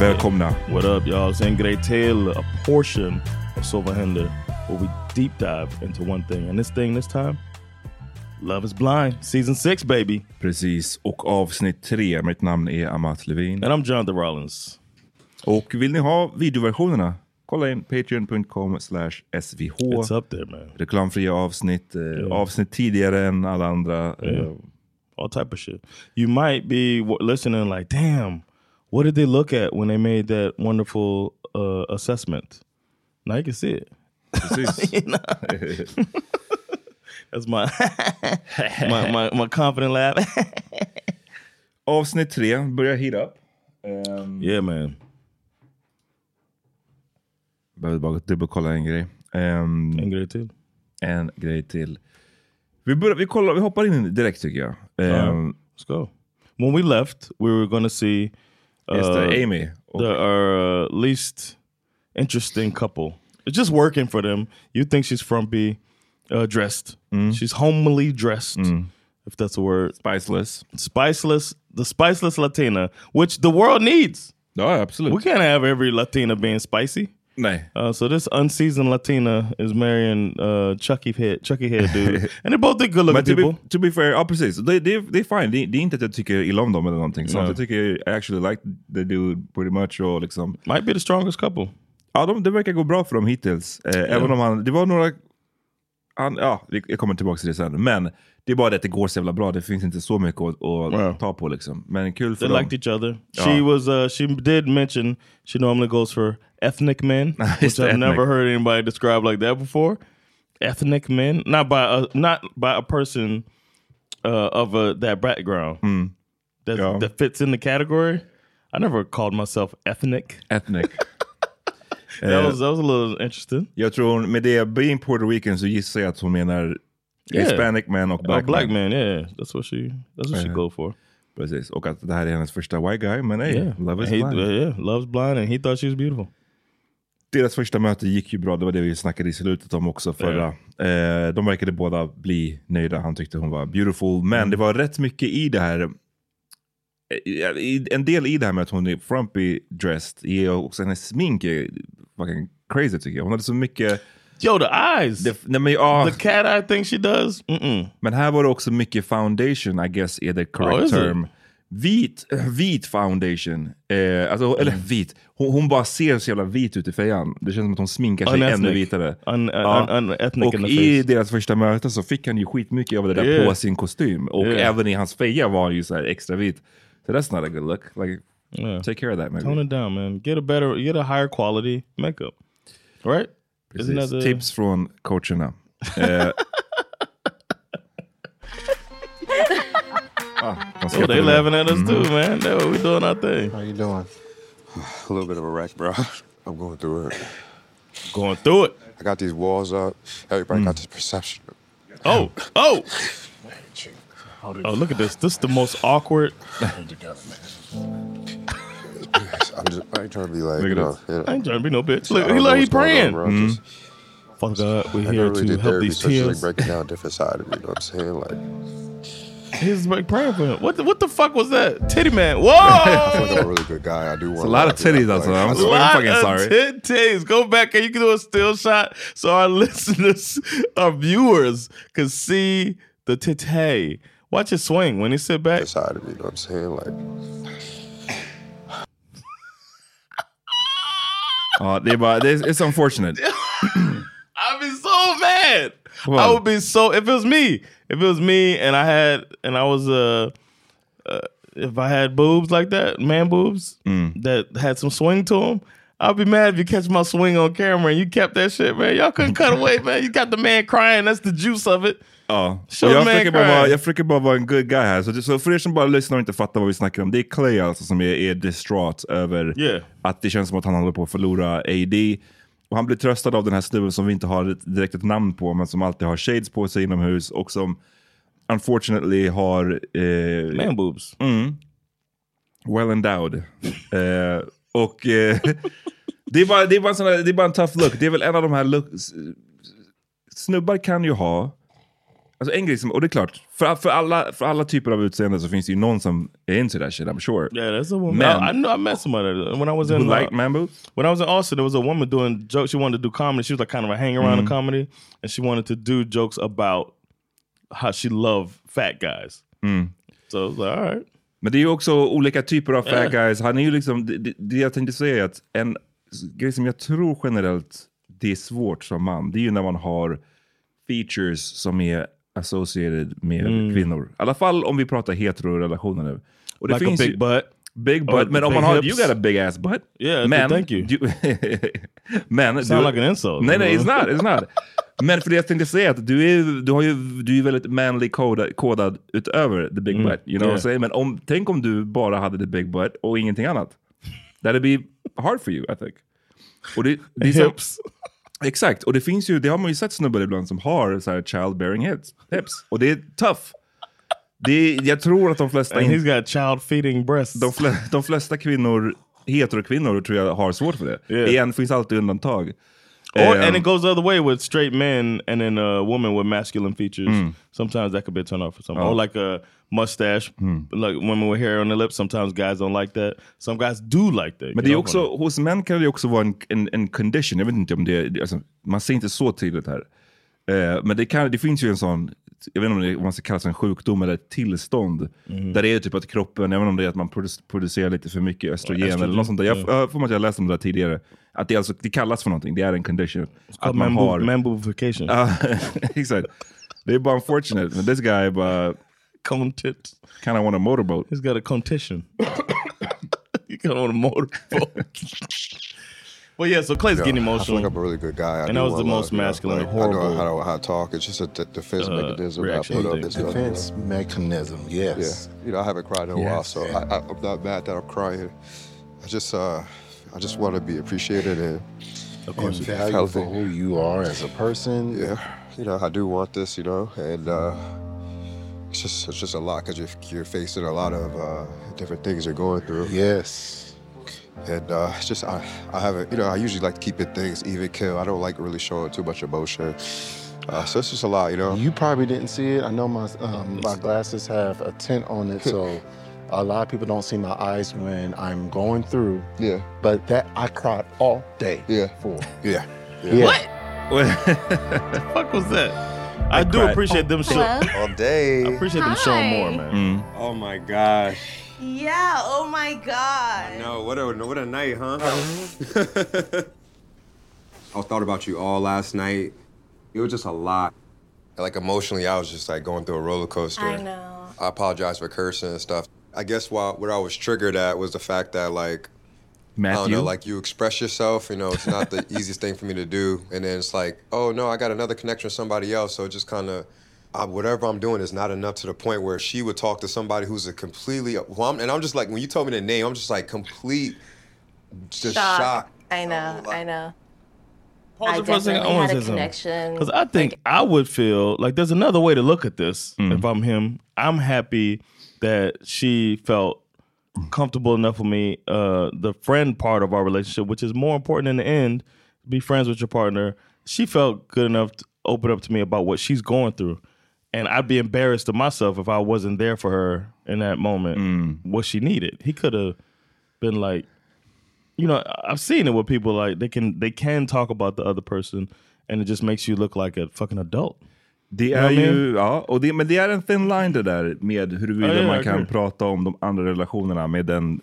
Välkomna. What up y'all? It's Great Tale, a portion of Silver Hinder, where we deep dive into one thing. And this thing this time, Love is Blind, season six baby. Precis, och avsnitt tre. Mitt namn är Amat Levin. And I'm Jonathan Rollins. Och vill ni ha videoversionerna? Kolla in patreon.com slash svh. It's up there man. Reklamfria avsnitt, eh, avsnitt tidigare än alla andra. eh, Yeah. All type of shit. You might be w- listening like, damn, what did they look at when they made that wonderful uh, assessment? Now you can see it. Precis. That's my my, my my confident laugh. avsnitt tre börjar heat up. Ehm, yeah man. Behöver bara dubbelkolla en grej. Ehm, En grej till. en grej till. Vi, börjar, vi, kollar, vi hoppar in direkt tycker jag. Ehm, Let's go. When we left, we were going to see just uh, det, Amy. Och, the, our uh, least interesting couple. It's just working for them. You think she's frumpy, uh, dressed. Mm. She's homely dressed, if that's a word. Spiceless. Spiceless, the spiceless Latina, which the world needs. Ja, absolut. We can't have every Latina being spicy. Nej. Uh, so this unseasoned Latina is marrying uh, Chucky head, Chucky head dude, and they're both the good looking Men to people. be, to be fair, ja precis. Det, det, det är fine. Det, det är inte att jag tycker illa om dem eller någonting sånt. Nej. Jag tycker I actually like the dude pretty much. Och liksom, Might be the strongest couple. ja, de, det verkar gå bra för dem hittills. Eh, Även om han, det var några... Han, ja, vi- jag kommer tillbaka till det sen. Men det är bara det att det går så jävla bra. Det finns inte så mycket att, att Ja. ta på liksom. Men kul för They dem. liked each other. Yeah. She was. Uh, she did mention she normally goes for ethnic men, It's which I've ethnic. never heard anybody describe like that before. Ethnic men, not by a not by a person uh, of a, that background that Hmm. Yeah. that fits in the category. I never called myself ethnic. Ethnic. That Eh, was uh, that was a little interesting. Jag tror hon, med det being Puerto Rican så gissar jag att hon menar Yeah. Hispanic man och A black, black man. man, yeah, that's what she that's what she Yeah. go for. Precis. Och att det här är hennes första white guy. Men hey, Yeah, love is he, blind. yeah, loves blind, and he thought she was beautiful. Deras första möte gick ju bra, det var det vi snackade i slutet om också förra. Eh, de verkade båda bli nöjda, han tyckte hon var beautiful. Mm. Men det var rätt mycket i det här, Eh, i- i- en del i det här med att hon är frumpy dressed, är också hennes smink är fucking crazy tycker jag. Hon hade så mycket, Yo, the eyes, det, nej men, ja, the cat eye thing she does. Mm-mm. men här var det också mycket foundation, I guess är the Oh, correct is it? term. Vit, eh, vit foundation. Eh, Mm. alltså, eller vit. Hon, hon bara ser så jävla vit ut i fejan. Det känns som att hon sminkar sig Unethnic. ännu vitare. Un, uh, Ja. un, un, ethnic Och in the i face. deras första möte så fick han ju skitmycket av det där Yeah. på sin kostym. Och Yeah. även i hans feja var han ju så här extra vit. So that's not a good look. Like, Yeah. take care of that, maybe. Tone it down, man. Get a better, get a higher quality makeup, right? Isn't that Precis. the Tips från coacherna. Eh, ah, man Oh, skrattar they nu. laughing at us too, Mm-hmm. man. No, we doing our thing. How you doing? A little bit of a wreck, bro. I'm going through it. Going through it. I got these walls up. Everybody Mm. got this perception. Oh, oh. Oh, look at this. This is the most awkward. I'm just, I ain't trying to be like, Look you at know, this. you know, I ain't trying to be no bitch. I Look, don't he know like he what's going on, praying. bro. I'm just- Mm-hmm. Father God, we're I here never really to did help therapy, these so it's just like tears. breaking down different side of me. You know what I'm saying? Like, Hmm. He's like praying for him. What the, what the fuck was that? Titty man. Whoa! I feel like I'm a really good guy. I do want a lot of titties out there. I'm A sorry. lot fucking of sorry. titties. Go back and you can do a still shot so our listeners, our viewers, can see the titty. Watch it swing when he sit back. side of me. You know what I'm saying? Like, Ja, det är bara, det är, it's unfortunate. I'd be so mad. Why? I would be so if it was me. If it was me and I had and I was uh, uh if I had boobs like that, man boobs Mm. that had some swing to them, I'd be mad if you catch my swing on camera and you kept that shit, man. Y'all couldn't cut away, man. You got the man crying. That's the juice of it. Ja. Show Jag the man försöker, bara cry. vara, jag försöker bara vara en good guy här. Så, så för er som bara lyssnar och inte fattar vad vi snackar om, det är Clay alltså som är, är distrat över Yeah. att det känns som att han håller på att förlora AD. Och han blir tröstad av den här snubben som vi inte har ett- direkt ett namn på, men som alltid har shades på sig inomhus och som unfortunately har eh, Man boobs. well endowed. Eh, och eh, det, är bara, det, är bara en sån här, det är bara en tough look. Det är väl en av de här looks... Snubbar kan ju ha... Alltså en grej som, och det är klart, för, för, alla, för alla typer av utseende så finns det ju någon som är into that shit, I'm sure. Yeah, that's a woman. Man. I, I know I met somebody when I was in Who uh, like man boobs? When I was in Austin, there was a woman doing jokes. She wanted to do comedy. She was like kind of a hang around of Mm-hmm. comedy, and she wanted to do jokes about how she loved fat guys. So I was like, all right. Men det är ju också olika typer av fat guys. Han är ju liksom, det- det, det jag tänkte säga är att en grej som jag tror generellt det är svårt som man, det är ju när man har features som är associated med Mm. kvinnor. I alla fall om vi pratar heterorelationer nu. Och det like a big ju, butt. big or butt, men om big man har, hips. you got a big ass butt. Yeah, men, thank you. du- men, Sound du- like an insult. Nej, nej, it's not. It's not. Men för det jag tänkte säga är att du är, du har ju, du är väldigt manly kodad, kodad utöver the big butt. You know what Mm, yeah. I'm saying? Men om, tänk om du bara hade the big butt och ingenting annat. That'd be hard for you, I think. Och det, det är som, Hips. exakt, och det finns ju, det har man ju sett snubbar ibland som har så här childbearing hips. hips. Och det är tough. Det är, jag tror att de flesta, And he's in, got child feeding breasts. de, fle, de flesta kvinnor, heterokvinnor tror jag har svårt för det. Yeah. Igen, finns alltid undantag. Or, Ehm, and it goes the other way with straight men and then a woman with masculine features. Sometimes that could be a turn off for some. Or like a mustache, like women with hair on their lips. Sometimes guys don't like that. Some guys do like that. Men Get det är off on också, hos män kan det också vara en, en, en condition. Jag vet inte om det är, alltså, man ser inte så tydligt här. Eh, men det, kan, det finns ju en sån, jag vet inte om, det, om man ska kalla det en sjukdom eller ett tillstånd. Mm. Där det är typ att kroppen, även om det är att man produc- producerar lite för mycket östrogen, eller något sånt där. Jag jag får mig att jag läste om det där tidigare. Att det, är alltså, det kallas för någonting, det är en condition. Att man man har... boobification. Ja, Exakt. Det är bara unfortunate. Men this guy bara Content. kind of want a motorboat. He's got a condition. you got on a motorboat. well, yeah. So Clay's getting I feel like I'm a emotional. really good guy. I And do that was want the most love, you know, masculine like, I horrible, uh, know how to, how to talk. It's just a d- defense mechanism that I reaction put up. thing. It's nothing, you know. Defense mechanism, Yeah, yes. you know, I haven't cried in a while, so I, I, I'm not mad that I'm crying. I just, uh, I just want to be appreciated, and And value healthy. for who you are as a person. yeah, you know, I do want this, you know, and uh, it's just, it's just a lot because you're, you're facing a lot of uh, different things you're going through, Yes. and uh, it's just, I, I haven't, you know, I usually like keeping things even kill. I don't like really showing too much emotion, uh, so it's just a lot, you know. You probably didn't see it. I know my um, my glasses have a tint on it, so a lot of people don't see my eyes when I'm going through. Yeah, But that I cried all day Yeah. for. yeah, Yeah. What? Fuck was that? I do cried. appreciate them. Show, I all day. appreciate them showing more, man. Oh my gosh. Yeah, oh my god. No, what a what a night, huh? I thought about you all last night. It was just a lot. Like emotionally, I was just like going through a roller coaster. I know. I apologize for cursing and stuff. I guess why, what I was triggered at was the fact that like I Matthew? don't know, like you express yourself. You know, it's not the easiest thing for me to do. And then it's like, oh no, I got another connection with somebody else. So it just kind of, uh, whatever I'm doing is not enough to the point where she would talk to somebody who's a completely. Well, I'm, and I'm just like, when you told me the name, I'm just like complete, just Shock. shocked. I know, I know. Pause I it for a second. definitely wanna had a say something. connection. Because I think I would feel like there's another way to look at this. If I'm him, I'm happy that she felt comfortable enough with me. Uh, the friend part of our relationship, which is more important in the end, be friends with your partner. She felt good enough to open up to me about what she's going through. And I'd be embarrassed to myself if I wasn't there for her in that moment, what she needed. He could have been like, you know I- i've seen it with people like they can they can talk about the other person and it just makes you look like a fucking adult Det är Ja, men- ju, ja, och det, men det är en thin line det där med huruvida Ja, ja, man jag kan agree. prata om de andra relationerna med den,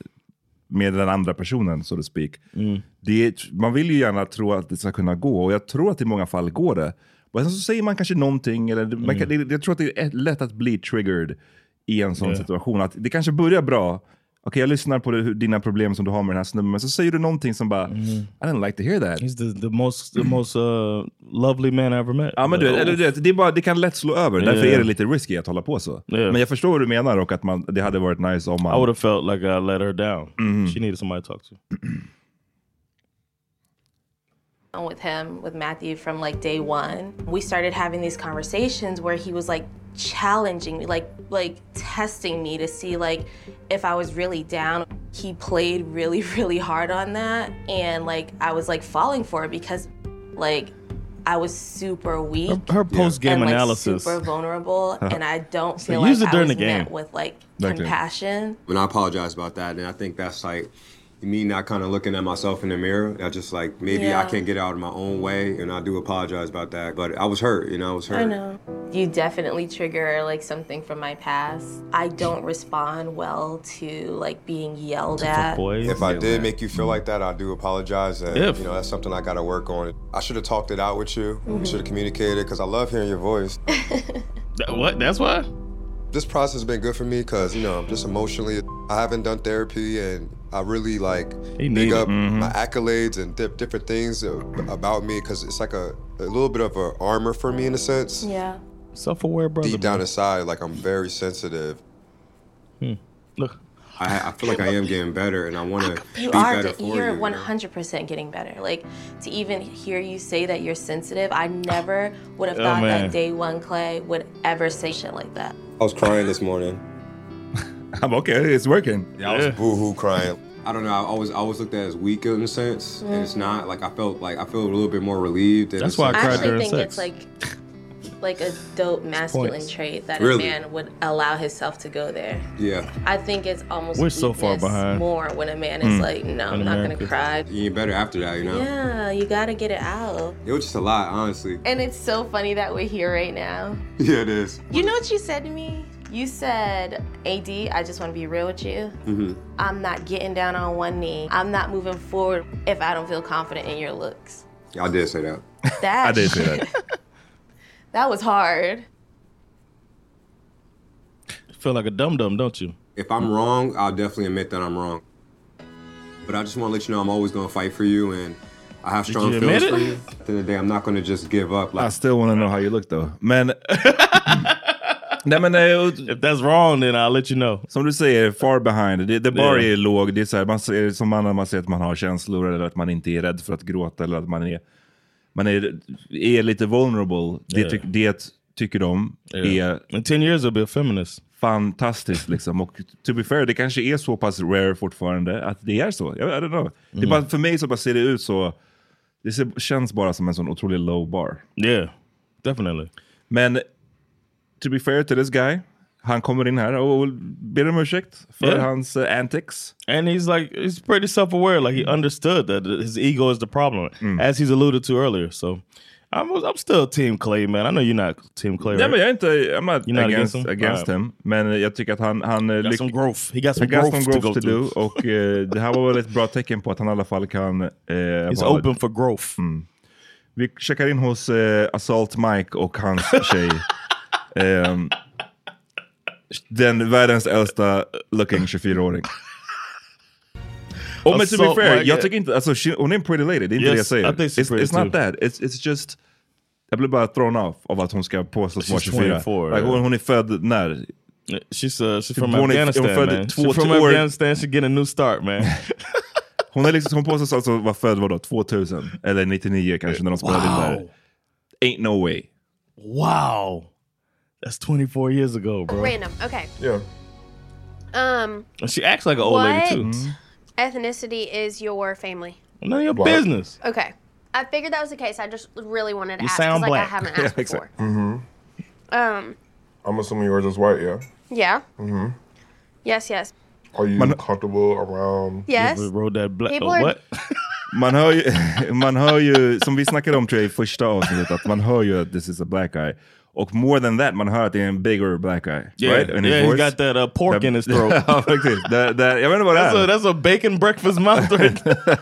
med den andra personen, so to speak. Mm. Det, är- man vill ju gärna tro att det ska kunna gå och jag tror att i många fall går det. Men sen så säger man kanske någonting, eller man kan, Mm. det, jag tror att det är lätt att bli triggered i en sån Ja. situation. Att det kanske börjar bra, okej jag lyssnar på det, hur- dina problem som du har med den här snubben, men så säger du någonting som bara, Mm. I didn't like to hear that. he's the, the most the most uh, lovely man i ever met oh, Ja, men du, vet, eller du vet, det, är bara, det kan lätt slå över. Därför Ja. är det lite risky att hålla på så. Men jag förstår vad du menar och att man, det hade varit nice om i would man... have felt like i let her down Mm-hmm. she needed somebody to talk to on with him, with Matthew from like day one, we started having these conversations where he was like challenging me, like like testing me to see like if I was really down. He played really, really hard on that and like I was like falling for it because like I was super weak. her, her post-game and, like, analysis super vulnerable and I don't feel use like it I during was the game. met with like Back then. compassion. And I apologize about that. And I think that's like me not kind of looking at myself in the mirror. I just like maybe I Yeah. can't get out of my own way, and I do apologize about that. But I was hurt, you know. I was hurt. I know. You definitely trigger like something from my past. I don't respond well to like being yelled at. boys Mm. If I did make you feel like that, I do apologize. And, If. You know, that's something I got to work on. I should have talked it out with you. Mm-hmm. We should have communicated because I love hearing your voice. That- what that's why this process has been good for me because, you know, I'm just emotionally, I haven't done therapy and I really like need dig it. Mm-hmm. up my accolades and di- different things uh, about me because it's like a, a little bit of an armor for me in a sense. Yeah. self-aware brother Deep down inside, like I'm very sensitive. Hmm. look I, I feel like I am getting better and I want to be You are. better di- for you're you, you. know? 100% getting better. Like to even hear you say that you're sensitive, I never would have Oh, thought man. that day one Clay would ever say shit like that. I was crying this morning. Han bara, okej, it's working. Yeah, I was boo hoo crying. I don't know. I always I always looked at it as weak in a sense, and it's not. Like I felt like I feel a little bit more relieved. and That's it's why I like- cried Mm-hmm. I during actually think sex. it's like like a dope masculine trait that Really? a man would allow himself to go there. Yeah, I think it's almost We're so far weakness behind. more when a man is like, no, I'm not Hmm. America. gonna cry. you ain't better after that, you know. Yeah, you gotta get it out. It was just a lot, honestly. And it's so funny that we're here right now. Yeah, it is. You know what you said to me? You said, AD, I just wanna be real with you. Mm-hmm. I'm not getting down on one knee. I'm not moving forward if I don't feel confident in your looks. I did say that. That I did say shit- that. that was hard. feel like a dum-dum don't you If I'm wrong, I'll definitely admit that I'm wrong. But I just want to let you know I'm always gonna fight for you, and I have strong you admit feelings it? for you. At the end of the day, I'm not gonna just give up. I Like still wanna know how you look though. Men... Nej men eh, och- if that's wrong then i'll let you know som du säger, far behind. Det, the bar Ja. är låg. Det är så här, man ser, som man när man ser att man har känslor eller att man inte är rädd för att gråta eller att man är, man är, är lite vulnerable. Det, ty, det tycker de är in 10 years i'll be a feminist fantastiskt liksom. Och to be fair, det kanske är så pass rare fortfarande att det är så. Jag I don't know. Det Mm. är bara, för mig så bara ser det ut så. Det ser, känns bara som en sån otrolig low bar. yeah definitely Men to be fair to this guy, han kommer in här och ber om ursäkt för Ja. hans eh, antics. And he's like, he's pretty self aware. Like he understood that his ego is the problem, Mm. as he's alluded to earlier. So, I'm I'm still Team Clay, man. I know you're not Team Clay. Nej Right? men jag är inte, I'm not You're not against, against against, him? him. Men jag tycker att han, han eh, got lyck- some growth. He got I some got growth, some to go growth to through. do och eh, det här var väl ett bra tecken på att han i alla fall kan... Eh, He's vara- Mm. open for growth. Vi checkar in hos eh, Assault Mike och hans tjej. Ehm, Den världens äldsta looking 24-åring. Oh, men to be Assault fair, like jag that. tycker inte, alltså she, hon är en pretty lady, det är inte Yes, det jag säger. I think she's it's, pretty it's not too. that, it's, it's just, jag blir bara thrown off av att hon ska påstås vara She's 24. 24, like, yeah. hon, hon är född när? She's, uh, she's from Born in- Afghanistan, hon är född man. två She's from år- Afghanistan, she get a new start man. Hon, är liksom, hon påstås alltså vara född vadå, 2000 eller 99 kanske när de spelade in där. Wow. Ain't no way. Wow. That's 24 years ago, bro. Random. Okay. Yeah. Um, And she acts like an old lady too. What? ethnicity is your family. None of your business. Okay. I figured that was the case. I just really wanted to You ask. 'cause, sound like, black. I haven't asked before. Mm-hmm. Um, I'm assuming yours is white, yeah? yeah. Mm-hmm. Yes, yes. Are you comfortable around... Yes. Rolled that black, People are- what? Man hör, ju, man hör ju, som vi snackade om tror jag i första avsnittet, att man hör ju att this is a black guy. Och more than that, man hör att det är en bigger black guy. Yeah, right? In his yeah, he's voice. got that uh, pork That- in his throat. Alltså, ja, faktiskt. Det- det- jag vet inte vad det That's a, är. that's a bacon breakfast mouth right there.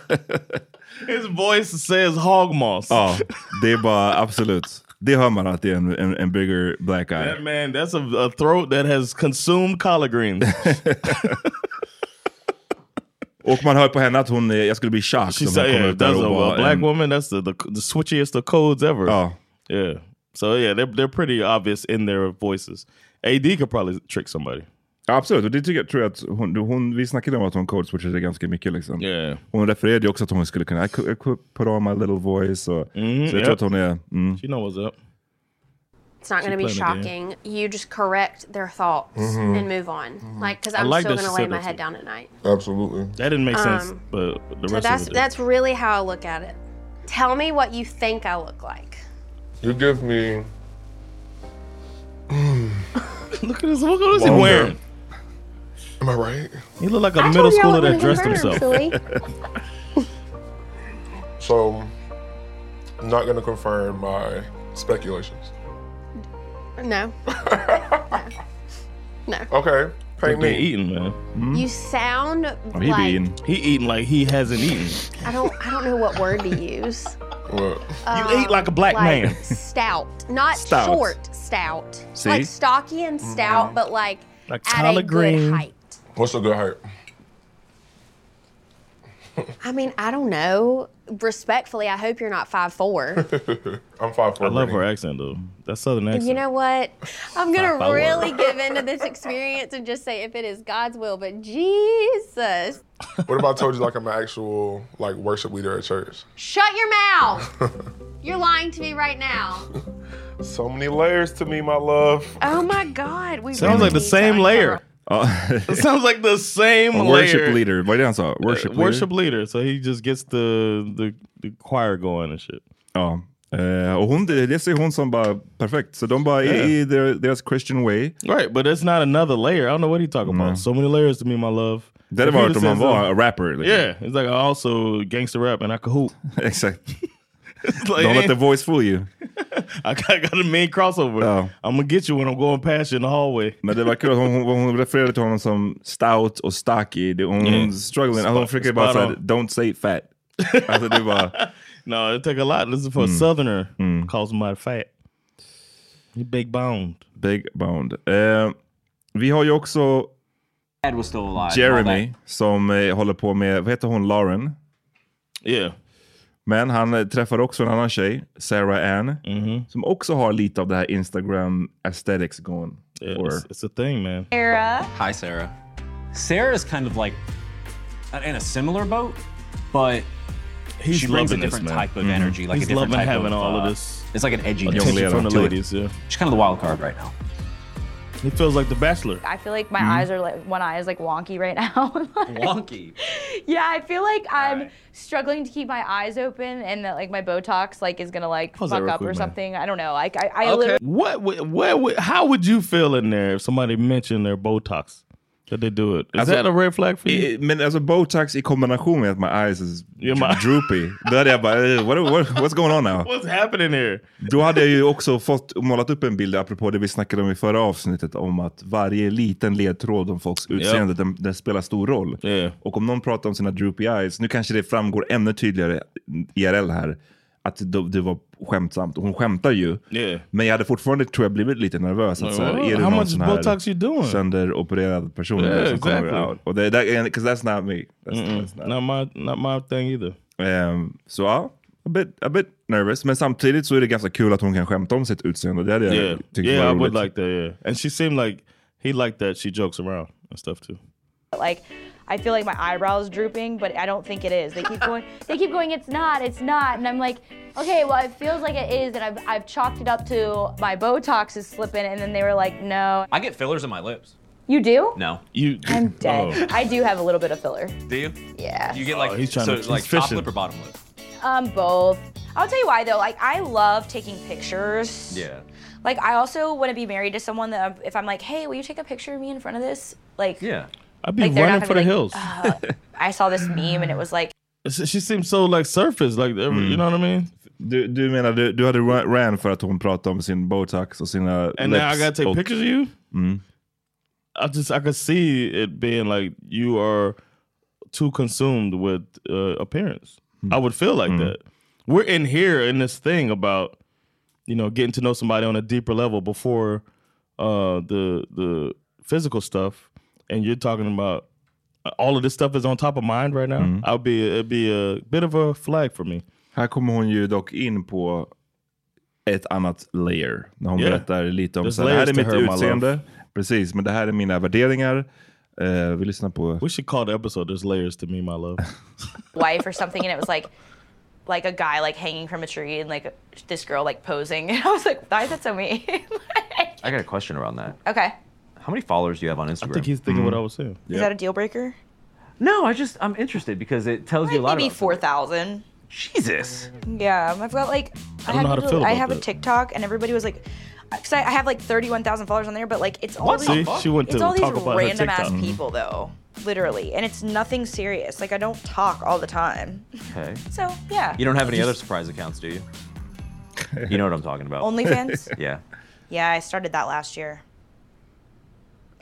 His voice says hog moss. Ja, det är bara absolut. Det hör man att det är en, en, en bigger black guy. That man, that's a, a throat that has consumed collard greens. Och man hör på henne att hon är, jag skulle bli She chocked om said, hon kommer yeah, ut där that's a, och a bara... black en- woman. That's the, the the switchiest of codes ever. Ja. Yeah. So yeah, they're they're pretty obvious in their voices. AD could probably trick somebody. Absolut, och det tycker jag, tror jag att hon, hon, vi snackade om att hon code switchade ganska mycket. Liksom. Hon refererade ju också att hon skulle kunna, I could, I could put on my little voice. Och, så jag yep. tror att hon är... Mm. She knows what's up. It's not She going to be playing the shocking. You just correct their thoughts Mhm. and move on. Like, because I I'm like still that going she to lay said my that head too. down at night. Absolutely. That didn't make sense, Um, but the So rest that's of it. did. that's really how I look at it. Tell me what you think I look like. You give me... Look at this. Look at this he Longer. wearing. Am I right? He look like a middle schooler that dressed himself. so, I'm not going to confirm my speculations. No. no. Okay. Look, they eating, man. You sound Hmm? Oh, like He eating like he hasn't eaten. I don't I don't know what word to use. you eat like a Uh, black man. Um, Stout, not Stout. short stout. See? Like stocky and stout, but like Like at a collard green. good height. What's a good height? I mean, I don't know. Respectfully, I hope you're not five four. I'm five I four. love her accent though. That southern accent. you know what? I'm gonna 5'4". really give into this experience and just say if it is God's will, but Jesus. What if I told you like I'm an actual like worship leader at church? Shut your mouth! You're lying to me right now. So many layers to me, my love. Oh my God, we Sounds like the same layer. it sounds like the same A layer. Uh, worship leader. Vad är det han sa? Worship Worship, leader? leader. So he just gets the the, the choir going and shit. Ja. Eh, och hon, det det ser hon som bara perfekt. Så de bara Yeah. är i their, deras Christian way. Right, but it's not another layer. I don't know what he talking about. So many layers to me, my love. Det hade If he varit om just han says, var uh, a rapper. liksom. Yeah, it's like I also gangster rap and I can hoop. Exakt. like, Don't let the voice fool you. I got, I got a main crossover. Oh. I'm gonna get you when I'm going past you in the hallway. Men det var kul, hon, hon, hon refererade till honom som stout och stocky. Det- Hon, Yeah. hon struggling. Spot- hon försöker bara spot säga, on. don't say fat. alltså det var... No, it take a lot. This is for a Mm. southerner. Calls him out fat. He big boned. Big Bound. Eh, vi har ju också Dad was still alive. Jeremy som eh, håller på med, vad heter hon, Lauren? Yeah. Men han eh, träffar också en annan tjej, Sarah Ann, Mm-hmm. som också har lite av det här Instagram aesthetics going. it's- a thing, man. Sarah. Hi, Sarah. Sarah's kind of like in a similar boat, but He's she brings a loving this, different man. type of Mm-hmm. Mhm. energy. Like He's a different loving type having of, all of uh, this It's like an edginess attention from the to it. ladies, yeah. She's kind of the wild card right now. He feels like the bachelor. I feel like my Hmm? Mhm. eyes are like one eye is like wonky right now. Like, Wonky. Yeah, I feel like I'm struggling to keep my eyes open and that like my Botox like is gonna like Pause that fuck real up quick, or man. something. I don't know. Like I, I Okay. literally What? would- Where? would- How would you feel in there if somebody mentioned their Botox? That they do it. Is Alltså, that a red flag for you? Eh, Men alltså botox i kombination med att my eyes is my- droopy. Då hade jag bara, eh, what, what, what's going on now? What's happening here? Då hade jag ju också fått målat upp en bild, apropå det vi snackade om i förra avsnittet, om att varje liten ledtråd om folks utseende, den, den spelar stor roll. Och om någon pratar om sina droopy eyes, nu kanske det framgår ännu tydligare IRL här, att det, det var skämtsamt. Och Hon skämtar ju. Yeah. Men jag hade fortfarande tror jag blivit lite nervös. Att, Like, så här, oh, är det how någon much sån här Botox you doing? Sönderopererad person Yeah, där som exactly. kommer out. Och det, that, and, 'cause that's not me. That's, Mm-mm. that's not, Not my, not my thing either. Ehm, så ja, a bit, a bit nervous. Men samtidigt så är det ganska kul att hon kan skämta om sitt utseende. Det hade jag yeah, tyckt yeah, I var would roligt. like that. Yeah, and she seemed like he liked that. She jokes around and stuff too. But, like I feel like my eyebrows drooping, but I don't think it is. They keep going, they keep going, it's not, it's not. And I'm like, okay, well it feels like it is, and I've, I've chalked it up to my Botox is slipping, and then they were like, no. I get fillers in my lips. You do? No. You. I'm Oh. dead. I do have a little bit of filler. Do you? Yeah. You get like he's trying so to- he's like top fishing. lip or bottom lip. Um, both. I'll tell you why though. Like I love taking pictures. Yeah. Like I also want to be married to someone that I'm- if I'm like, hey, will you take a picture of me in front of this? Like, yeah. I'd be Like, uh, they're running not for the gonna be hills. I saw this meme and it was like, She she seems so like surface, like every, you know what I mean? Mm. Du, du menar du, du hade ra- ran för att hon pratade om sin botox och sina And lips now I gotta take och- pictures of you. Mm. I just I could see it being like you are too consumed with uh, appearance. Hmm. I would feel like that. We're in here in this thing about you know getting to know somebody on a deeper level before uh, the the physical stuff, and you're talking about uh, all of this stuff is on top of mind right now. Mm-hmm. i would be it'd be a bit of a flag for me. Här kommer hon ju dock in på ett annat layer. När hon Yeah. berättar lite om There's så här, det här är layers to her, my mitt love." utseende. Precis, men det här är mina värderingar. Eh, vi lyssnar på... We should call the episode "There's Layers to Me, My Love." wife or something, and it was like, like a guy like hanging from a tree and like this girl like posing, and I was like, why is that so me? I got a question around that. okay. How many followers do you have on Instagram? I think he's thinking Hmm. what I was saying. Is that a deal breaker? no, I just I'm interested because it tells you a lot Maybe about four thousand. Jesus. Yeah, I've got like I I, don't had know how to people- feel I about have a that. TikTok and everybody was like, because I, I have like thirty-one thousand followers on there, but like it's all What these, the fuck? She went it's to all talk these about her random ass TikTok. people though, literally, and it's nothing serious. Like I don't talk all the time, Okay. so yeah. You don't have any other surprise accounts, do you? You know what I'm talking about. OnlyFans? yeah. Yeah, I started that last year.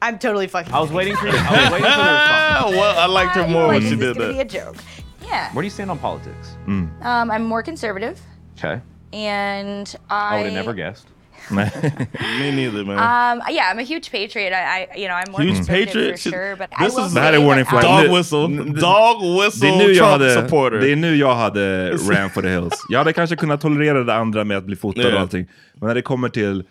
I'm totally fucking. I was waiting for you. I was waiting for the response. well, I liked her Like, is this gonna be a joke? Yeah. Where do you stand on politics? Mm. Um, I'm more conservative, Okay. and I, I. would have Oh, never guessed. Me neither, man. Um, yeah, I'm a huge patriot. I, I you know, I'm more Huge conservative patriot? for sure, but I This will is say that I- Alltså, Dog whistle. Dog whistle Det är, nu jag Trump hade, supporter. det är nu jag hade ran for the hills. Jag hade kanske kunnat tolerera det andra med att bli fotad Yeah. och allting. Men när det kommer till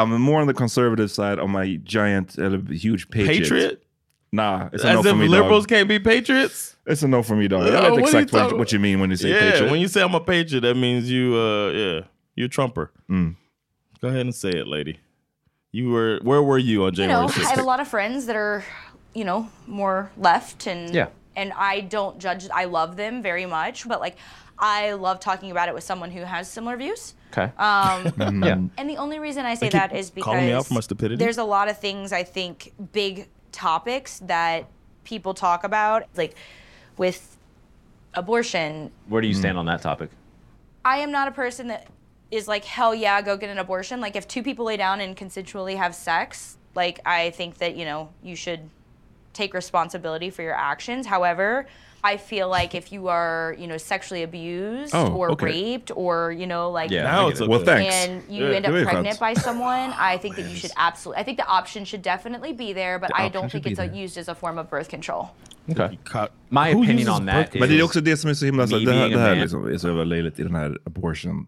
I'm more on the conservative side of my giant, eller huge patriot. Patriot? Nah, it's a no As for if me liberals dog. can't be patriots? It's a no for me dog. I Uh, vet what are you exakt what, talking- what you mean when you say yeah, patriot. when you say I'm a patriot, that means you, uh, yeah, you're a Trumper. Go ahead and say it, lady. You were, where were you you on know, January I 6th? have a lot of friends that are, you know, more left and Yeah. and I don't judge. I love them very much, but like, I love talking about it with someone who has similar views. Okay. Um, Yeah. And the only reason I say Mm-hmm. keep that is because calling me out for my stupidity. There's a lot of things I think big topics that people talk about, like with abortion. Where do you Mm. stand on that topic? I am not a person that is like hell yeah, go get an abortion. Like if two people lay down and consensually have sex, like I think that you know you should take responsibility for your actions. However, I feel like if you are, you know, sexually abused Oh, or okay. raped or, you know, like Yeah, Now I get it's it. okay. Well, thanks. and you Yeah, end det up var ju pregnant skönt. by someone, I think that you should absolutely I think the option should definitely be there, but The I option don't should think be it's a, there. used as a form of birth control. Okay. My Who opinion uses on that birth- Men det är is också det som är så himla... Så, me det här, being det a här man. liksom är så jävla löjligt i den här abortion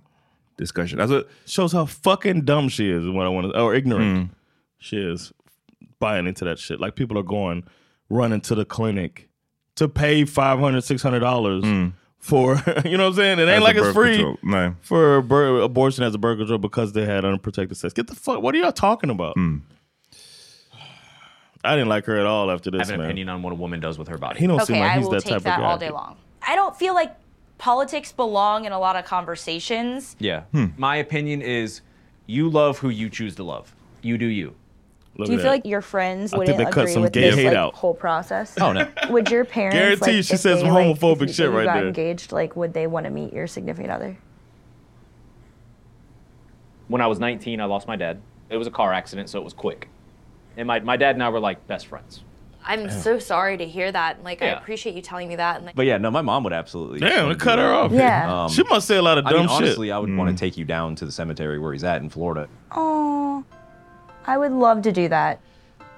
discussion. Alltså, Shows how fucking dumb she is, is what I want to, or Mm. ignorant she is buying into that shit. Like people are going, running to the clinic to pay $500, $600 for, you know what I'm saying? It ain't Mm. As a like it's birth free. control. Nej. for abor- abortion as a birth control because they had unprotected sex. Get the fuck! What are y'all talking about? Mm. I didn't like her at all after this. I have an man. opinion on what a woman does with her body. He don't okay, seem like I he's will that take type that of guy. all day long. I don't feel like politics belong in a lot of conversations. Yeah. Hmm. My opinion is you love who you choose to love. You do you. Do you feel like your friends I think wouldn't they cut agree some with gay this hate like, out. whole process? Oh, no. Would your parents Guarantee like, you she if said they, some like, homophobic if you- shit if you right got there. Engaged, like, would they want to meet your significant other? When I was 19, I lost my dad. It was a car accident, so it was quick. And my, my dad and I were like best friends. I'm Yeah. so sorry to hear that. and, Like, I Yeah. appreciate you telling me that. And like, But yeah, no, my mom would absolutely. Damn, would it cut do her that. off. Yeah. She must say a lot of I mean, dumb shit. Honestly, I would want to take you down to the cemetery where he's at in Florida. Oh, I would love to do that.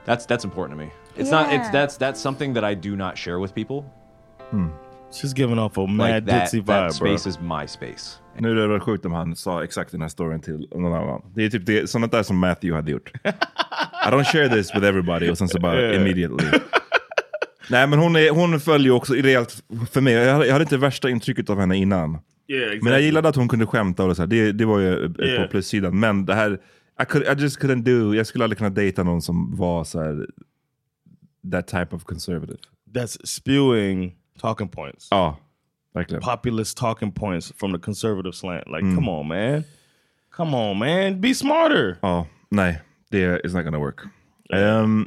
That's that's important to me. It's not. It's Yeah. that's that's something that I do not share with people. She's giving off a Like mad that, ditzy that vibe, bro. space is my space. Nu hade det varit sjukt om han sa exakt den här storyn till någon annan. Det är typ det, sånt där som Matthew hade gjort. I don't share this with everybody och sen så bara Yeah. immediately. Nej men hon, är, hon följer också rejält för mig. Jag hade, jag hade inte värsta intrycket av henne innan. Yeah, Men jag exactly. gillade att hon kunde skämta och så här. Det, det var ju eh, Yeah. på plussidan. Men det här, I, could, I just couldn't do, jag skulle aldrig kunna dejta någon som var så här, that type of conservative. That's spewing talking points. Oh, verkligen. Populist talking points from the conservative slant. Like, Mm. come on, man. Come on, man. Be smarter. Ja, nej. Det is not gonna work. Ehm,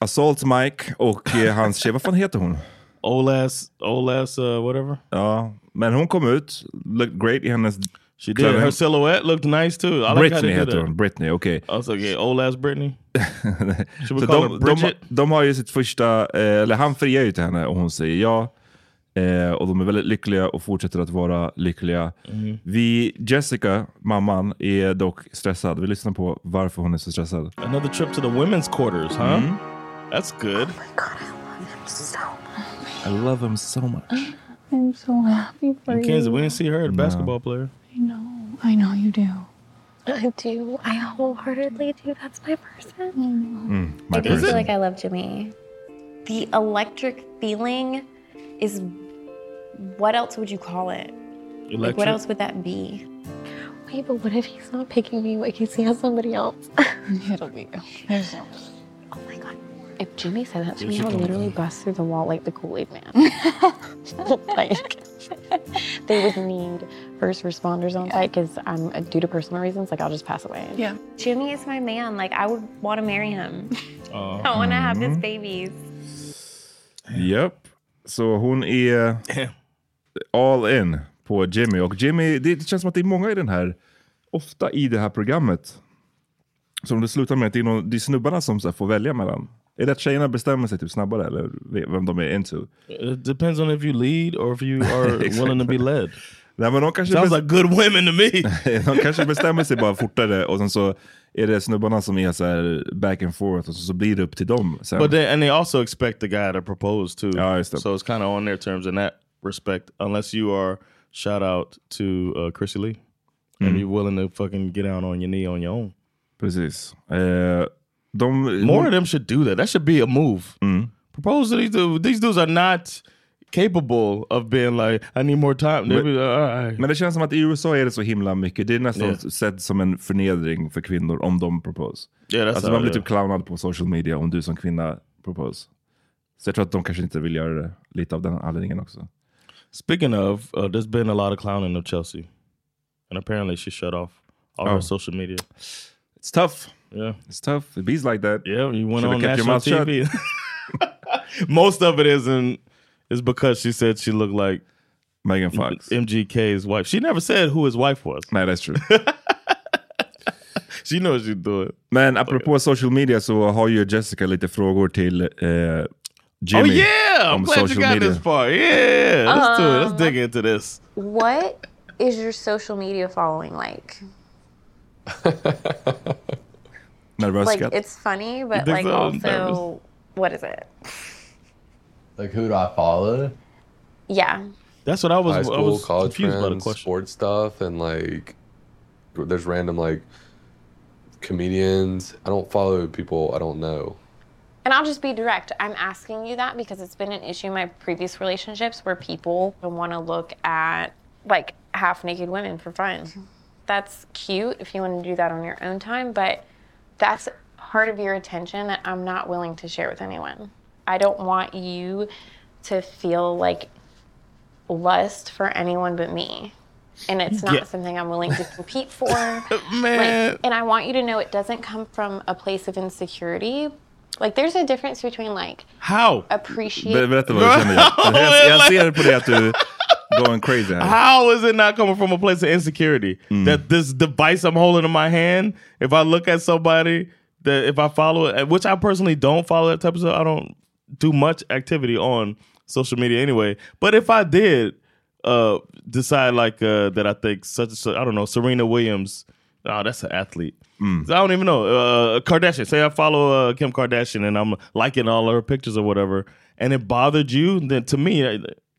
Assault Mike och eh, hans tjej, vad fan heter hon? Olas, Olas uh, whatever. Ja, men hon kom ut, looked great i hennes... She did. Her silhouette looked nice too. I like Britney how they did heter that. hon, Britney, okej. I was like, yeah, Olas Britney. Should we Så call her de, de, Bridget? de har ju sitt första, eh, eller han friar ju till henne och hon säger ja. Eh, och de är väldigt lyckliga och fortsätter att vara lyckliga. Mhm. Vi, Jessica, mamman, är dock stressad. Vi lyssnar på varför hon är så stressad. Another trip to the women's quarters, huh? Mm. That's good. I love him so much. I'm so happy for In you. Kansas, we didn't see her, the basketball player. I know. I know you do. I do. I wholeheartedly do. That's my person. my I do person. feel like I love Jimmy. the electric feeling is what else would you call it? Like, Electric? what else would that be? Wait, but what if he's not picking me? What if he has somebody else? It'll be you. There's no. Oh my god. If Jimmy said that to Where's me, she I would coming literally bust through the wall like the Kool Aid Man. like, they would need first responders on site because I'm uh, due to personal reasons. Like, I'll just pass away. Yeah. Jimmy is my man. Like I would want to marry him. Hmm? I Uh, want to have his babies. Japp. Så hon är all in på Jimmy. Och Jimmy, det känns som att det är många i den här, ofta i det här programmet, som det slutar med att det är, någon, det är snubbarna som så här får välja mellan. Är det att tjejerna bestämmer sig typ snabbare eller vem de är into? It depends on if you lead or if you are willing to be led. Nej, men de kanske Sounds bes- like good women to me. de kanske bestämmer sig bara fortare och sen så är det snubbarna som är så här back and forth och så, så blir det upp till dem sen. But they, and they also expect the guy to propose too. the- so it's kind of on their terms in that respect, unless you are shout out to uh, Chrissy Lee and Mhm. you're willing to fucking get down on your knee on your own. Precis. Eh, de, More of them should do that. That should be a move. Mm. Propose to these dudes. These dudes are not capable of being like, I need more time. They'll be like, all right. Men det känns som att i USA är det så himla mycket. Det är nästan Ja. sett som en förnedring för kvinnor om de propose. Ja, det är alltså så, man blir ja. typ clownad på social media om du som kvinna propose. Så jag tror att de kanske inte vill göra det lite av den anledningen också. Speaking of, uh, there's been a lot of clowning of Chelsea, and apparently she shut off all Oh. her social media. It's tough. Yeah, it's tough. It bees like that. Yeah, you went Should've on kept your national mouth shut. TV. Most of it isn't is because she said she looked like Megan Fox, MGK's wife. She never said who his wife was. No, that's true. she knows she's doing. Men apropå social media så har ju Jessica lite frågor till eh, Jimmy. oh yeah, I'm om glad you social got media. this part. Yeah, let's do it. Let's dig into this. What is your social media following like? Nervös like skratt. it's funny, You but think like so? I'm also, what is it? Like who do I follow? Yeah. That's what I was- High I school, was college confused by the friends, Sports stuff and like there's random like comedians. I don't follow people I don't know. And I'll just be direct. I'm asking you that because it's been an issue in my previous relationships where people want to look at like half naked women for fun. That's cute if you want to do that on your own time, but that's part of your attention that I'm not willing to share with anyone. I don't want you to feel like lust for anyone but me. And it's not Yeah. something I'm willing to compete for. Like, Man. and I want you to know it doesn't come from a place of insecurity. Like there's a difference between like How? Ber- appreciate berätta vad du känner. Jag, jag ser på dig att du är going crazy här. How is it not coming from a place of insecurity? That this device I'm holding in my hand, if I look at somebody that if I follow it, which I personally don't follow that type of stuff, I don't do much activity on social media anyway. But if I did uh, decide like uh, that, I think such and such, I don't know Serena Williams. Oh, that's an athlete. I don't even know. Uh, Kardashian. Say I follow uh, Kim Kardashian and I'm liking all her pictures or whatever, and it bothered you. Then to me,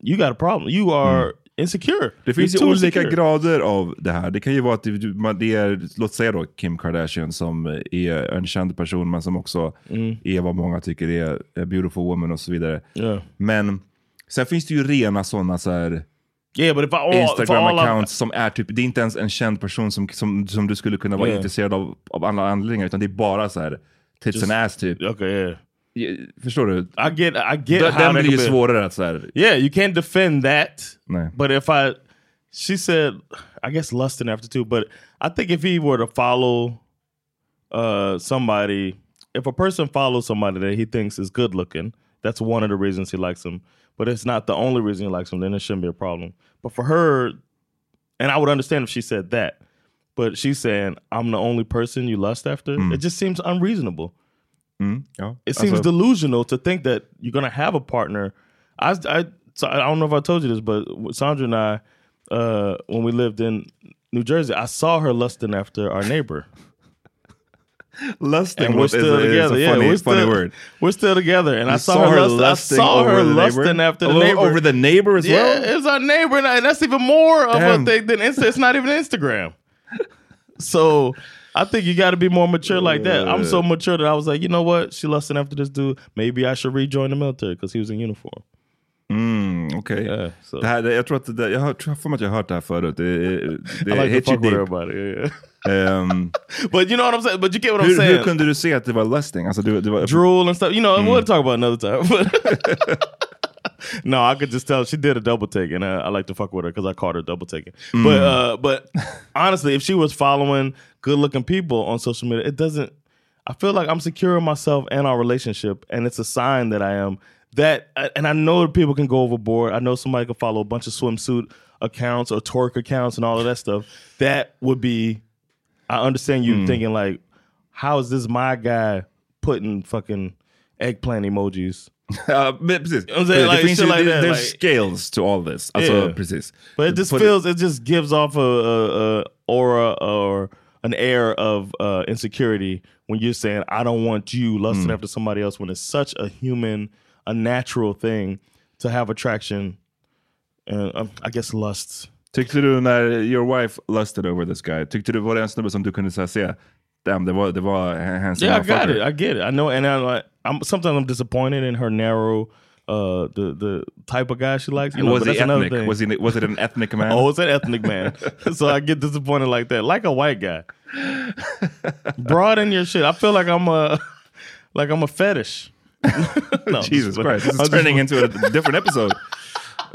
you got a problem. You are insecure. Det finns ju You're too olika insecure. grader av det här. Det kan ju vara att det, man- det är, låt säga då Kim Kardashian som är en känd person men som också Mm. är vad många tycker är a beautiful woman och så vidare. Ja. Men sen finns det ju rena sådana så här Yeah, but if I all, if all I- Instagram-accounts som är typ, det är inte ens en känd person som, som, som du skulle kunna vara Yeah. intresserad av av andra anledningar utan det är bara så här tits Just- and ass typ. Okay, yeah. Förstår du? I get, I get Den- how den that blir ju could be- svårare att så här, Yeah, you can't defend that. Nej. But if I, she said, I guess lusting after two. But I think if he were to follow uh, somebody, if a person follows somebody that he thinks is good looking, that's one of the reasons he likes them. But it's not the only reason he likes them. Then it shouldn't be a problem. But for her, and I would understand if she said that. But she's saying, I'm the only person you lust after. Mm. It just seems unreasonable. Mm, ja. It seems Alltså- delusional to think that you're gonna have a partner. I, I, so I don't know if I told you this, but Sandra and I, uh, when we lived in New Jersey, I saw her lusting after our neighbor. lusting and we're is a- still is a together. yeah, funny- we're still, funny word. We're still together, and I You saw, saw her her lust, lusting I saw her over the neighbor? lusting after the Over- neighbor. over the neighbor as well? Yeah, it's our neighbor, and I- that's even more of Damn. a thing than Insta. It's not even Instagram. So I think you got to be more mature like that. I'm so mature that I was like, you know what? She lusting after this dude. Maybe I should rejoin the military because he was in uniform. Mm, Okej. Eh, Det här- det- Jag tror att det, jag har- tror för mig att jag har hört det här förut. Det, det, det I like to hit you fuck with deep. Ehm, But you know what I'm saying. But you get what I'm hur, hur saying. Hmm. kunde du se att det var lusting? Alltså, du, du var, Drool and stuff. You know, we'll talk about another time. no, I could just tell she did a double take, and uh, I, I like to fuck with her because I caught her double taking. Mm. But uh, but honestly, if she was following good looking people on social media, it doesn't. I feel like I'm secure in myself and our relationship, and it's a sign that I am that. uh, And I know that people can go overboard. I know somebody can follow a bunch of swimsuit accounts or twerk accounts and all of that stuff. That would be. I understand you Mm. thinking like, how is this my guy putting fucking eggplant emojis? Ja, men precis. I'm saying, det like, finns ju, shit like det, that, there's like- scales to all this. Alltså, Yeah. precis. But it just På- feels, it just gives off a, a, a aura or an air of uh, insecurity when you're saying, I don't want you lusting Mm. after somebody else when it's such a human, a natural thing to have attraction and um, I guess lust. Tyckte du när your wife lusted over this guy, tyckte du var det en snubbe som du kunde så här, se, damn det var, det var handsome Yeah, I got motherfucker." it. I get it. I know. And I, like, I'm sometimes I'm disappointed in her narrow uh, the the type of guy she likes. You know, Was but he that's another ethnic? thing. Was he- was it an ethnic man? oh, it's an ethnic man. so I get disappointed like that, like a white guy. Broaden your shit. I feel like I'm a like I'm a fetish. No, Jesus I'm just- Christ, this I'm is just- turning into a different episode.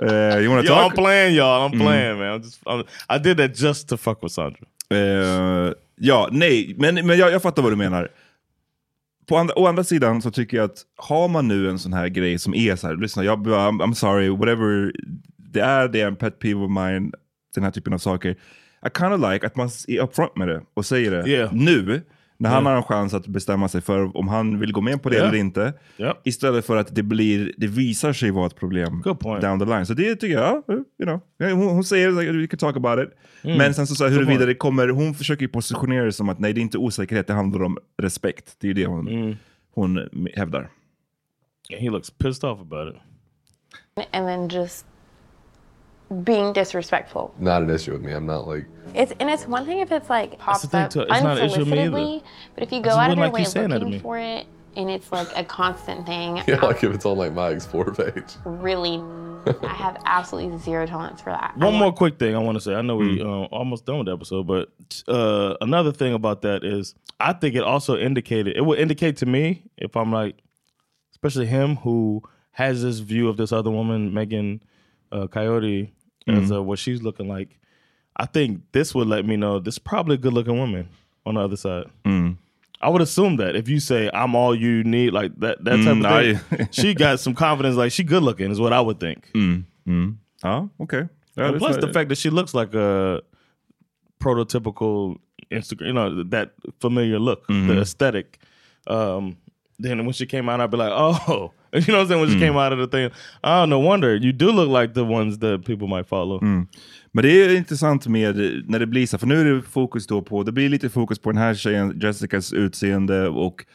Uh, you want to Yo, talk? I'm playing, y'all. I'm Mm. playing, man. I'm just, I'm, I did that just to fuck with Sandra. Eh, ja, nej, men, men jag, jag fattar vad du menar. På andra, å andra sidan så tycker jag att har man nu en sån här grej som är så här, lyssna, jag, I'm, I'm sorry, whatever det är, det är en pet peeve of mine, den här typen av saker. I kind of like att man är upfront med det och säger det Yeah. nu, när han Yeah. har en chans att bestämma sig för om han vill gå med på det Yeah. eller inte. Yeah. Istället för att det, blir, det visar sig vara ett problem down the line. Så det tycker jag, you know, hon, hon säger like, we can talk about it. Mm. Men sen så, så här, Good huruvida point. det kommer, hon försöker ju positionera det som att nej det är inte osäkerhet, det handlar om respekt. Det är ju det hon, Mm. hon hävdar. He looks pissed off about it. and then just being disrespectful. Not an issue with me. I'm not like It's and it's one thing if it's like pops the thing, up too. It's not an issue with me either. unsolicitedly, but if you I go just out of wouldn't your like way you saying that to looking me. for it and it's like a constant thing, yeah, I like if it's on like my explore page. really I have absolutely zero tolerance for that. One more quick thing I want to say. I know we Mm. uh, almost done with the episode, but uh, another thing about that is I think it also indicated, it would indicate to me if I'm like, especially him who has this view of this other woman, Megan uh, Coyote, as Mhm. uh, what she's looking like. I think this would let me know this is probably a good looking woman on the other side. Mm. I would assume that if you say I'm all you need, like that that type Mm, of thing, she got some confidence. Like she good looking is what I would think. Mm. Mm. Ja, okej. Ja, and det- plus the fact that she looks like a prototypical Instagram, you know, that familiar look, the Mhm. aesthetic. Um, then when she came out, I'd be like, oh, you know what I'm saying? When she came out of the thing, oh, no wonder you do look like the ones that people might follow. Mm. Men det är intressant med när det blir så, här, för nu är det fokus då på, det blir lite fokus på den här tjejen, Jessicas utseende och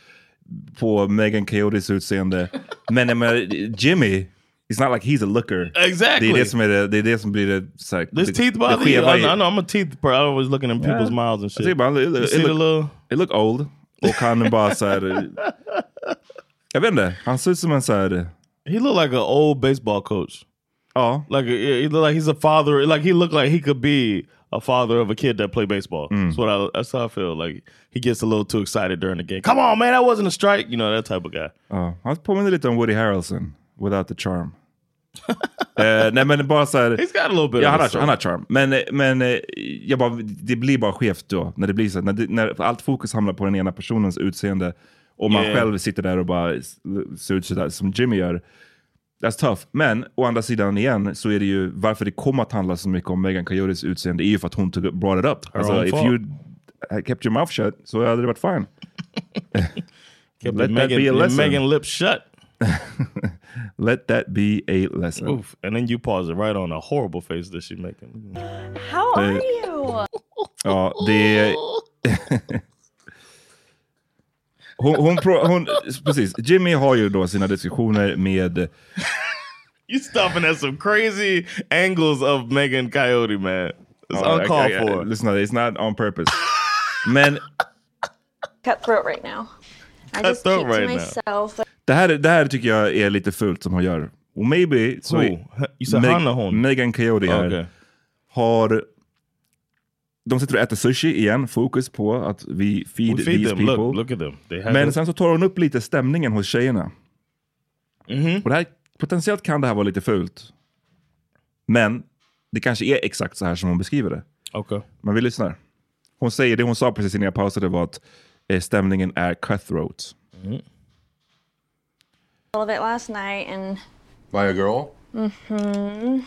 på Megan Coyotes utseende. Men jag menar, Jimmy, it's not like he's a looker. Exactly. Det är det som, är det, det, är det som blir det, så här, This det, teeth det bother you? skeva I i- know, I know I'm a teeth person. I always looking in people's Yeah. mouths and shit. Jag tycker bara, it, You look- see it, the look, little- it look old. Och han är bara så här... Jag vet inte, han ser ut som en så här... He looked like an old baseball coach. Oh, like yeah, he looked like he's a father. Like he looked like he could be a father of a kid that play baseball. That's what I. That's how I feel. Like he gets a little too excited during the game. Come on, man, that wasn't a strike. You know that type of guy. Ja, han påminner lite om Woody Harrelson, without the charm. Eh, nej men bara såhär... He's got a little bit ja, han, of a har, charm. han har charm. Men, eh, men eh, jag bara, det blir bara skevt då. När, det blir så, här, när, det, när allt fokus hamnar på den ena personens utseende och man Yeah. själv sitter där och bara s- ser ut sådär som Jimmy gör. That's tough. Men å andra sidan igen så är det ju varför det kommer att handla så mycket om Megan Coyotes utseende är ju för att hon tog, upp- brought it up. Her Alltså, own if fault. you kept your mouth shut så hade det varit fine. Kept the Megan- the Megan lips shut. Let that be a lesson. Oof. And then you pause it right on a horrible face that she's making. How are Eh, you? Ja, det... hon, hon, pro- hon, precis, Jimmy har ju då sina diskussioner med... You stopping at some crazy angles of Megan Coyote, man. It's Ja, uncalled Oh, I- I- I- for. Listen, it's not on purpose. Men cutthroat right now. I just Cutthroat keep right to now. myself. det här, det här tycker jag är lite fult som hon gör. Och maybe... Så Who? You said han och hon? Ah, Megan Coyote här Okej. har... De sitter och äter sushi igen, fokus på att vi feed, We feed these them. people. Look, look at them. They have Men sen så tar hon upp lite stämningen hos tjejerna. Och det här, potentiellt kan det här vara lite fult. Men det kanske är exakt så här som hon beskriver det. Okay. Men vi lyssnar. Hon säger, det hon sa precis innan jag pausade var att eh, stämningen är cutthroat. All of it last night, and By a girl? hmm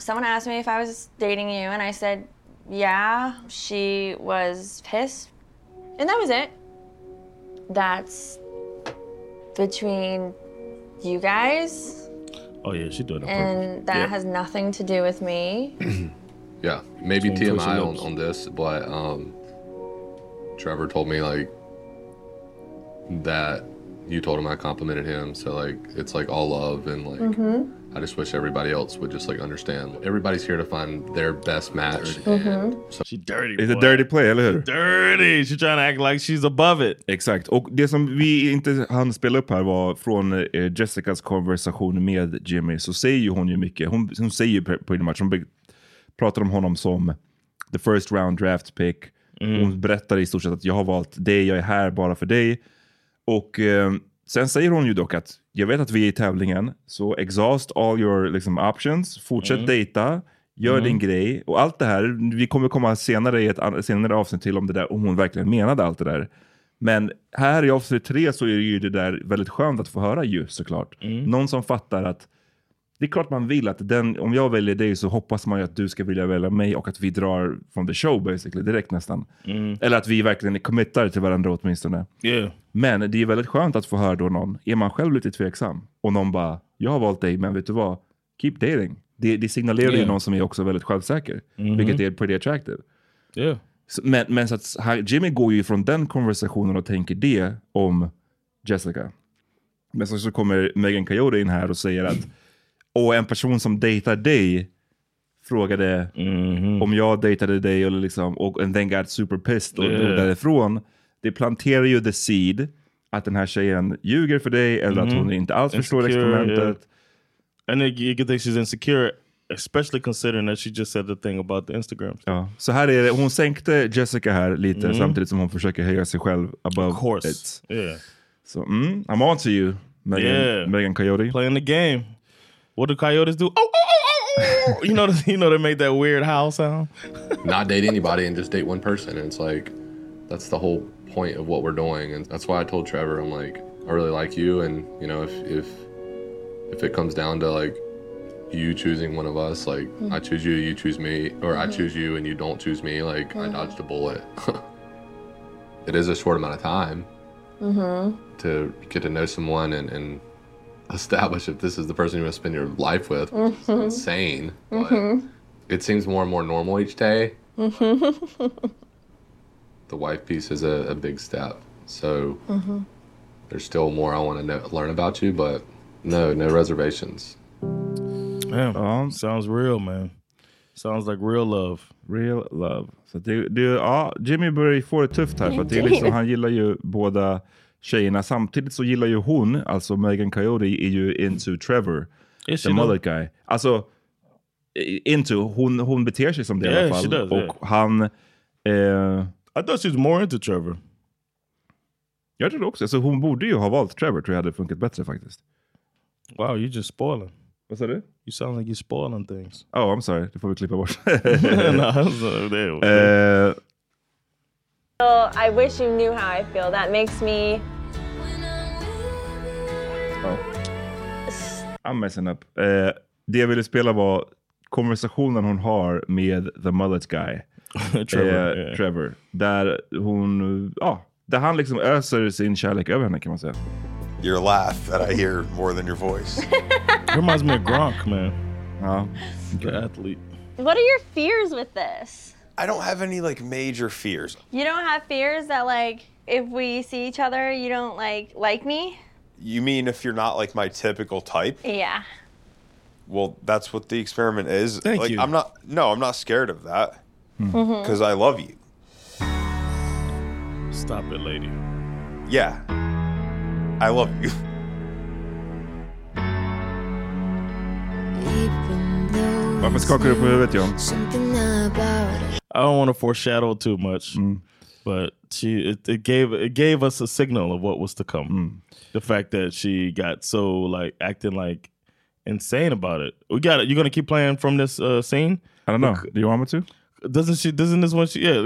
someone asked me if I was dating you, and I said, yeah. She was pissed, and that was it. That's between you guys, Oh yeah, she doing it. and that Yeah. has nothing to do with me. Yeah, maybe Between push TMI and on, ups. on this, but um, Trevor told me like that you told him I complimented him, so like it's like all love and like Mhm. I just wish everybody else would just like understand. Everybody's here to find their best match. Mhm. She dirty. It's a dirty play, eller hur? Dirty! She's trying to act like she's above it. Exakt. Och det som vi inte hann spela upp här var från eh, Jessicas konversation med Jimmy. Så säger ju hon ju mycket. Hon, hon säger ju pre- pretty much. Hon be- pratar om honom som the first round draft pick. Mm. Hon berättar i stort sett att jag har valt dig, jag är här bara för dig. Och eh, sen säger hon ju dock att jag vet att vi är i tävlingen, så exhaust all your liksom, options. Fortsätt Mm. dejta. Gör Mm. din grej. Och allt det här, vi kommer komma senare i ett an- senare avsnitt till om det där, om hon verkligen menade allt det där. Men här i avsnitt tre så är det ju det där väldigt skönt att få höra ju såklart. Mm. Någon som fattar att det är klart man vill att den, om jag väljer dig så hoppas man ju att du ska vilja välja mig och att vi drar från the show basically direkt nästan. Mm. Eller att vi verkligen är committar till varandra åtminstone. Yeah. Men det är väldigt skönt att få höra då någon, är man själv lite tveksam och någon bara, jag har valt dig men vet du vad, keep dating. Det, det signalerar ju Yeah. någon som är också väldigt självsäker, Mhm. vilket är pretty attractive. Yeah. Så- Men, men så att han, Jimmy går ju från den konversationen och tänker det om Jessica. Men sen så kommer Megan Coyote in här och säger att och en person som dejtar dig frågade Mhm. om jag dejtade dig eller liksom, och and then got super pissed och Yeah. drog därifrån. Det planterar ju the seed att den här tjejen ljuger för dig eller att Mhm. hon inte alls förstår Insecure, experimentet. yeah. And it, you can think she's insecure, especially considering that she just said the thing about the Instagram. Ja. Så här är det, hon sänkte Jessica här lite Mm. samtidigt som hon försöker höja sig själv above Of course. it. Yeah. So mm, I'm on to you, Megan, Yeah. Megan Coyote. Playing the game. What do coyotes do? Oh, oh, oh, oh, oh. you know, you know, they make that weird howl sound. Not date anybody and just date one person. And it's like that's the whole point of what we're doing. And that's why I told Trevor, I'm like, I really like you and you know, if if if it comes down to like you choosing one of us, like Mhm. I choose you, you choose me, or I Mhm. choose you and you don't choose me, like I Mhm. dodged a bullet. it is a short amount of time. Mm-hmm. to get to know someone and, and establish if this is the person you want to spend your life with. It's Mhm. insane. Mm-hmm. It seems more and more normal each day. Mm-hmm. The wife piece is a, a big step. So there's still more I want to know, learn about you, but no, no reservations. Damn. Um, sounds real, man. Sounds like real love. Real love. Så det, det, ja, Jimmy börjar ju få det tufft här för att det är liksom, han gillar ju båda tjejerna. Samtidigt så gillar ju hon, alltså Megan Coyote, är ju into Trevor. Is the she mullet guy. Alltså, i- into, hon, hon beter sig som det i Yeah, alla fall. she does, och yeah. han... Eh, I thought she was more into Trevor. Jag tror det också. Alltså, hon borde ju ha valt Trevor, tror jag hade funkat bättre faktiskt. Wow, you just spoiling. What's that? You sound like you're spoiling things. Oh, I'm sorry. Det får vi klippa bort. alltså, det är... eh, Well, I wish you knew how I feel. That makes me. Oh. I'm messing up. Eh, det jag ville spela var konversationen hon har med the mullet guy. Trevor, Eh, yeah. Trevor. Där hon, ja, där han liksom öser sin kärlek över henne kan man säga. Your laugh that I hear more than your voice. reminds me of Gronk, man. Ja. The athlete. What are your fears with this? I don't have any like major fears. You don't have fears that like if we see each other, you don't like like me? You mean if you're not like my typical type? Yeah. Well, that's what the experiment is. Thank like you. I'm not no, I'm not scared of that Mhm. because I love you. Stop it, lady. Yeah. I love you. Varför skakar du på huvudet John? I don't want to foreshadow too much, Mm. but she it, it gave it gave us a signal of what was to come. Mm. The fact that she got so like acting like insane about it. We got it. You're gonna keep playing from this uh, scene. I don't know. Do you want me to? Doesn't she? Doesn't this one? She yeah.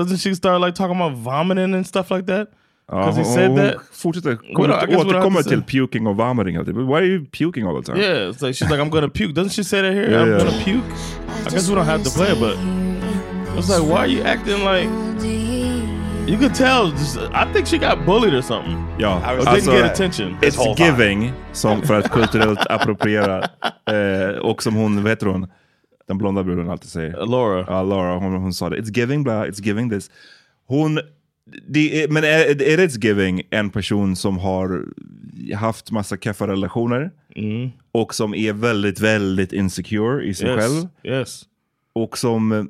Doesn't she start like talking about vomiting and stuff like that? Ja, Because he hon- said hon that. fortsätter We don't- I guess we don't have återkomma to till say- puking och vomiting. hela tiden. Why are you puking all the time? Yeah, it's like she's like, I'm gonna puke. Doesn't she say that here? I'm Yeah. gonna puke. I guess we don't have to play, but it's like, why are you acting like? You could tell. just- I think she got bullied or something. Ja, alltså, Or didn't get attention. It's giving, som för att kulturellt appropriera. Eh, och som hon, vad heter hon, den blonda bruden alltid säger. Uh, Laura. Ja, Laura. Hon, hon sa det. It's giving, blah, it's giving this. Hon Det är, men är, är det giving en person som har haft massa kaffa relationer och som är väldigt, väldigt insecure i sig Mm. Yes, själv. Yes. Och som eh,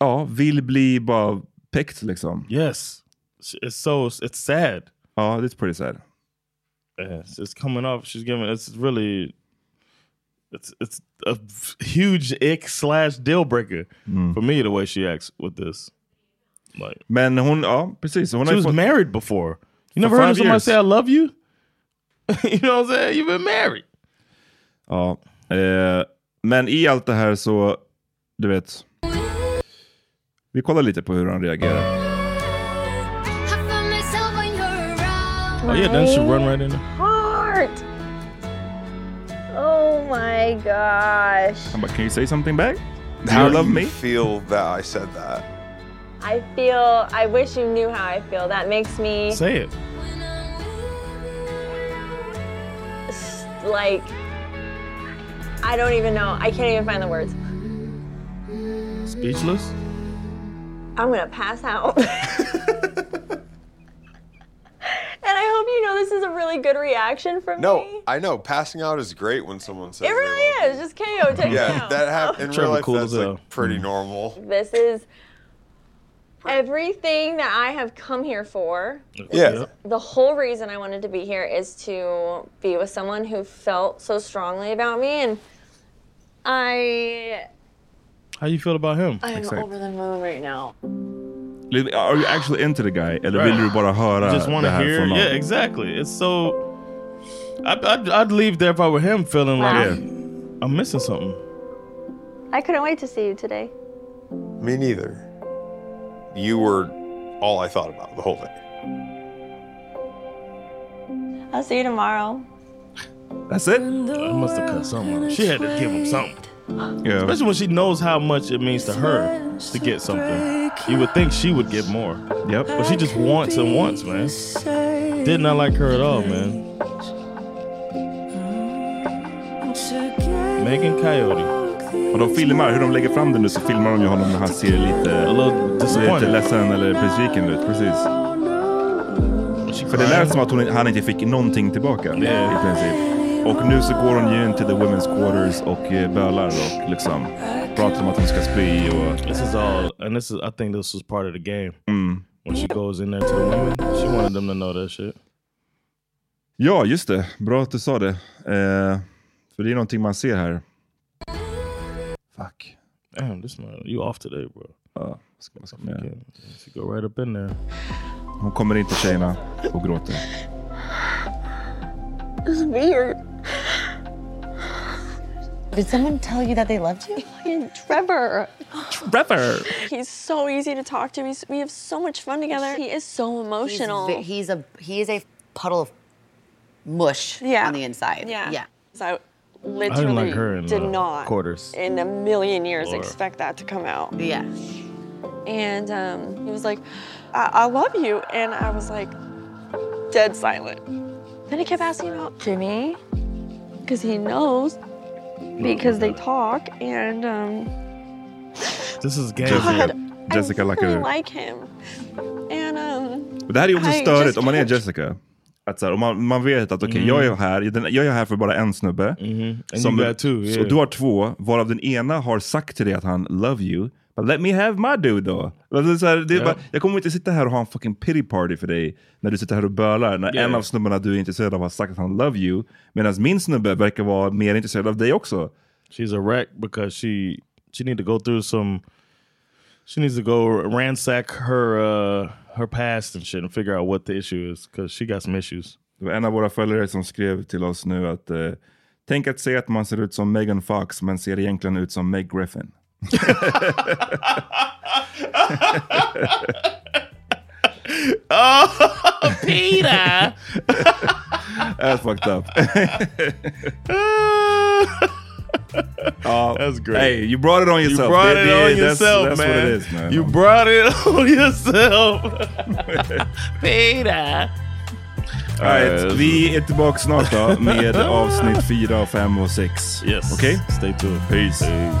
ja, vill bli bara picked liksom. Yes. It's so it's sad. Ja, Oh, it's pretty sad. Yes, it's coming off. She's giving. It's really. It's it's a huge ick slash deal breaker Mm. for me the way she acts with this. Like, Men hon, ja precis. Hon She har ju was fått- married before. You never For heard five of somebody years. say I love you? you know what I'm saying? You've been married. Ja. Eh, men i allt det här så, du vet. Vi kollar lite på hur han reagerar. Oh yeah, then she run right in there. Heart. Oh my gosh. Han bara, can you say something back? Do How you do love you me? feel that I said that? I feel. I wish you knew how I feel. That makes me Say it. s- like. I don't even know. I can't even find the words. Speechless. I'm gonna pass out. and I hope you know this is a really good reaction from me. No, I know. Passing out is great when someone says It really is. Oh. Just KO takes Yeah, me out. that happened in Trevor real life. cool that's as hell. like pretty normal. This is everything that I have come here for. Yeah. The whole reason I wanted to be here is to be with someone who felt so strongly about me, and I How you feel about him? I am over the moon right now. Lite- Are you actually into the guy? Eller vill du bara höra just wanna det här hear. från honom? Yeah, exactly. It's so. I'd, I'd, I'd leave there if I were him, feeling like I'm missing something. I couldn't wait to see you today. Me neither. You were all I thought about the whole day. I'll see you tomorrow. That's it. I must have cut something. out. She had to give him something. Yeah. Especially when she knows how much it means to her to get something. You would think she would get more. Yep. But she just wants and wants, man. Did not like her at all, man. Megan Coyote. Och de filmar, hur de lägger fram det nu så filmar de ju honom när han ser lite, lite disappointed. ledsen eller besviken ut. Precis. För det lät som att hon, han inte fick någonting tillbaka i princip. Och nu så går hon ju in till the women's quarters och eh, bölar och liksom pratar om att hon ska spy och... This is all, and this is, I think this was part of the game. Mm. When she goes in there to the women, she wanted them to know that shit. Ja, just det. Bra att du sa det. Eh, för det är någonting man ser här. Fuck. Damn, this man, you off today, bro. Uh, She go right up in there. Hon kommer in till tjejerna och gråter. This is weird. Did someone tell you that they loved you? Fucking Trevor. Trevor! He's so easy to talk to. He's, we have so much fun together. He is so emotional. He's, ve- he's a he is a puddle of mush Yeah. on the inside. Yeah. Yeah. So I didn't literally like her in did the not quarters. in a million years Laura. expect that to come out. Yeah. And um, he was like, I-, I love you. And I was like, dead silent. Then he kept asking about Jimmy because he knows Hmm. because they talk. And um, This is game. Jessica, Jessica uh, I lackar really ur. like him. And um, Men Det här är ju också I störigt just om man är Jessica. Att så här, om man, man vet att okej, Mm. jag är här den- jag är här för bara en snubbe. And you got two, Så yeah. du har två, varav den ena har sagt till dig att han love you. But let me have my dude då. Alltså, så här, det är Ja. bara, jag kommer inte sitta här och ha en fucking pity party för dig när du sitter här och bölar. När Yeah. en av snubbarna du är intresserad av har sagt att han love you. Medan min snubbe verkar vara mer intresserad av dig också. She's a wreck because she she need to go through some. She needs to go ransack her uh, her past and shit and figure out what the issue is because she got some issues. Det var en av våra följare som skrev till oss nu att eh, tänk att säga att man ser ut som Megan Fox men ser egentligen ut som Meg Griffin. Ah! Oh, Peter! That's fucked up. Oh, that's great. Hey, you brought it on yourself. You brought That- it on that's- yourself, that's what man. it is, man. You brought it on yourself, Peter. All Eh, right, vi är tillbaka snart då med avsnitt 4, 5 och 6. Yes. Okej? Stay tuned. Peace. Peace.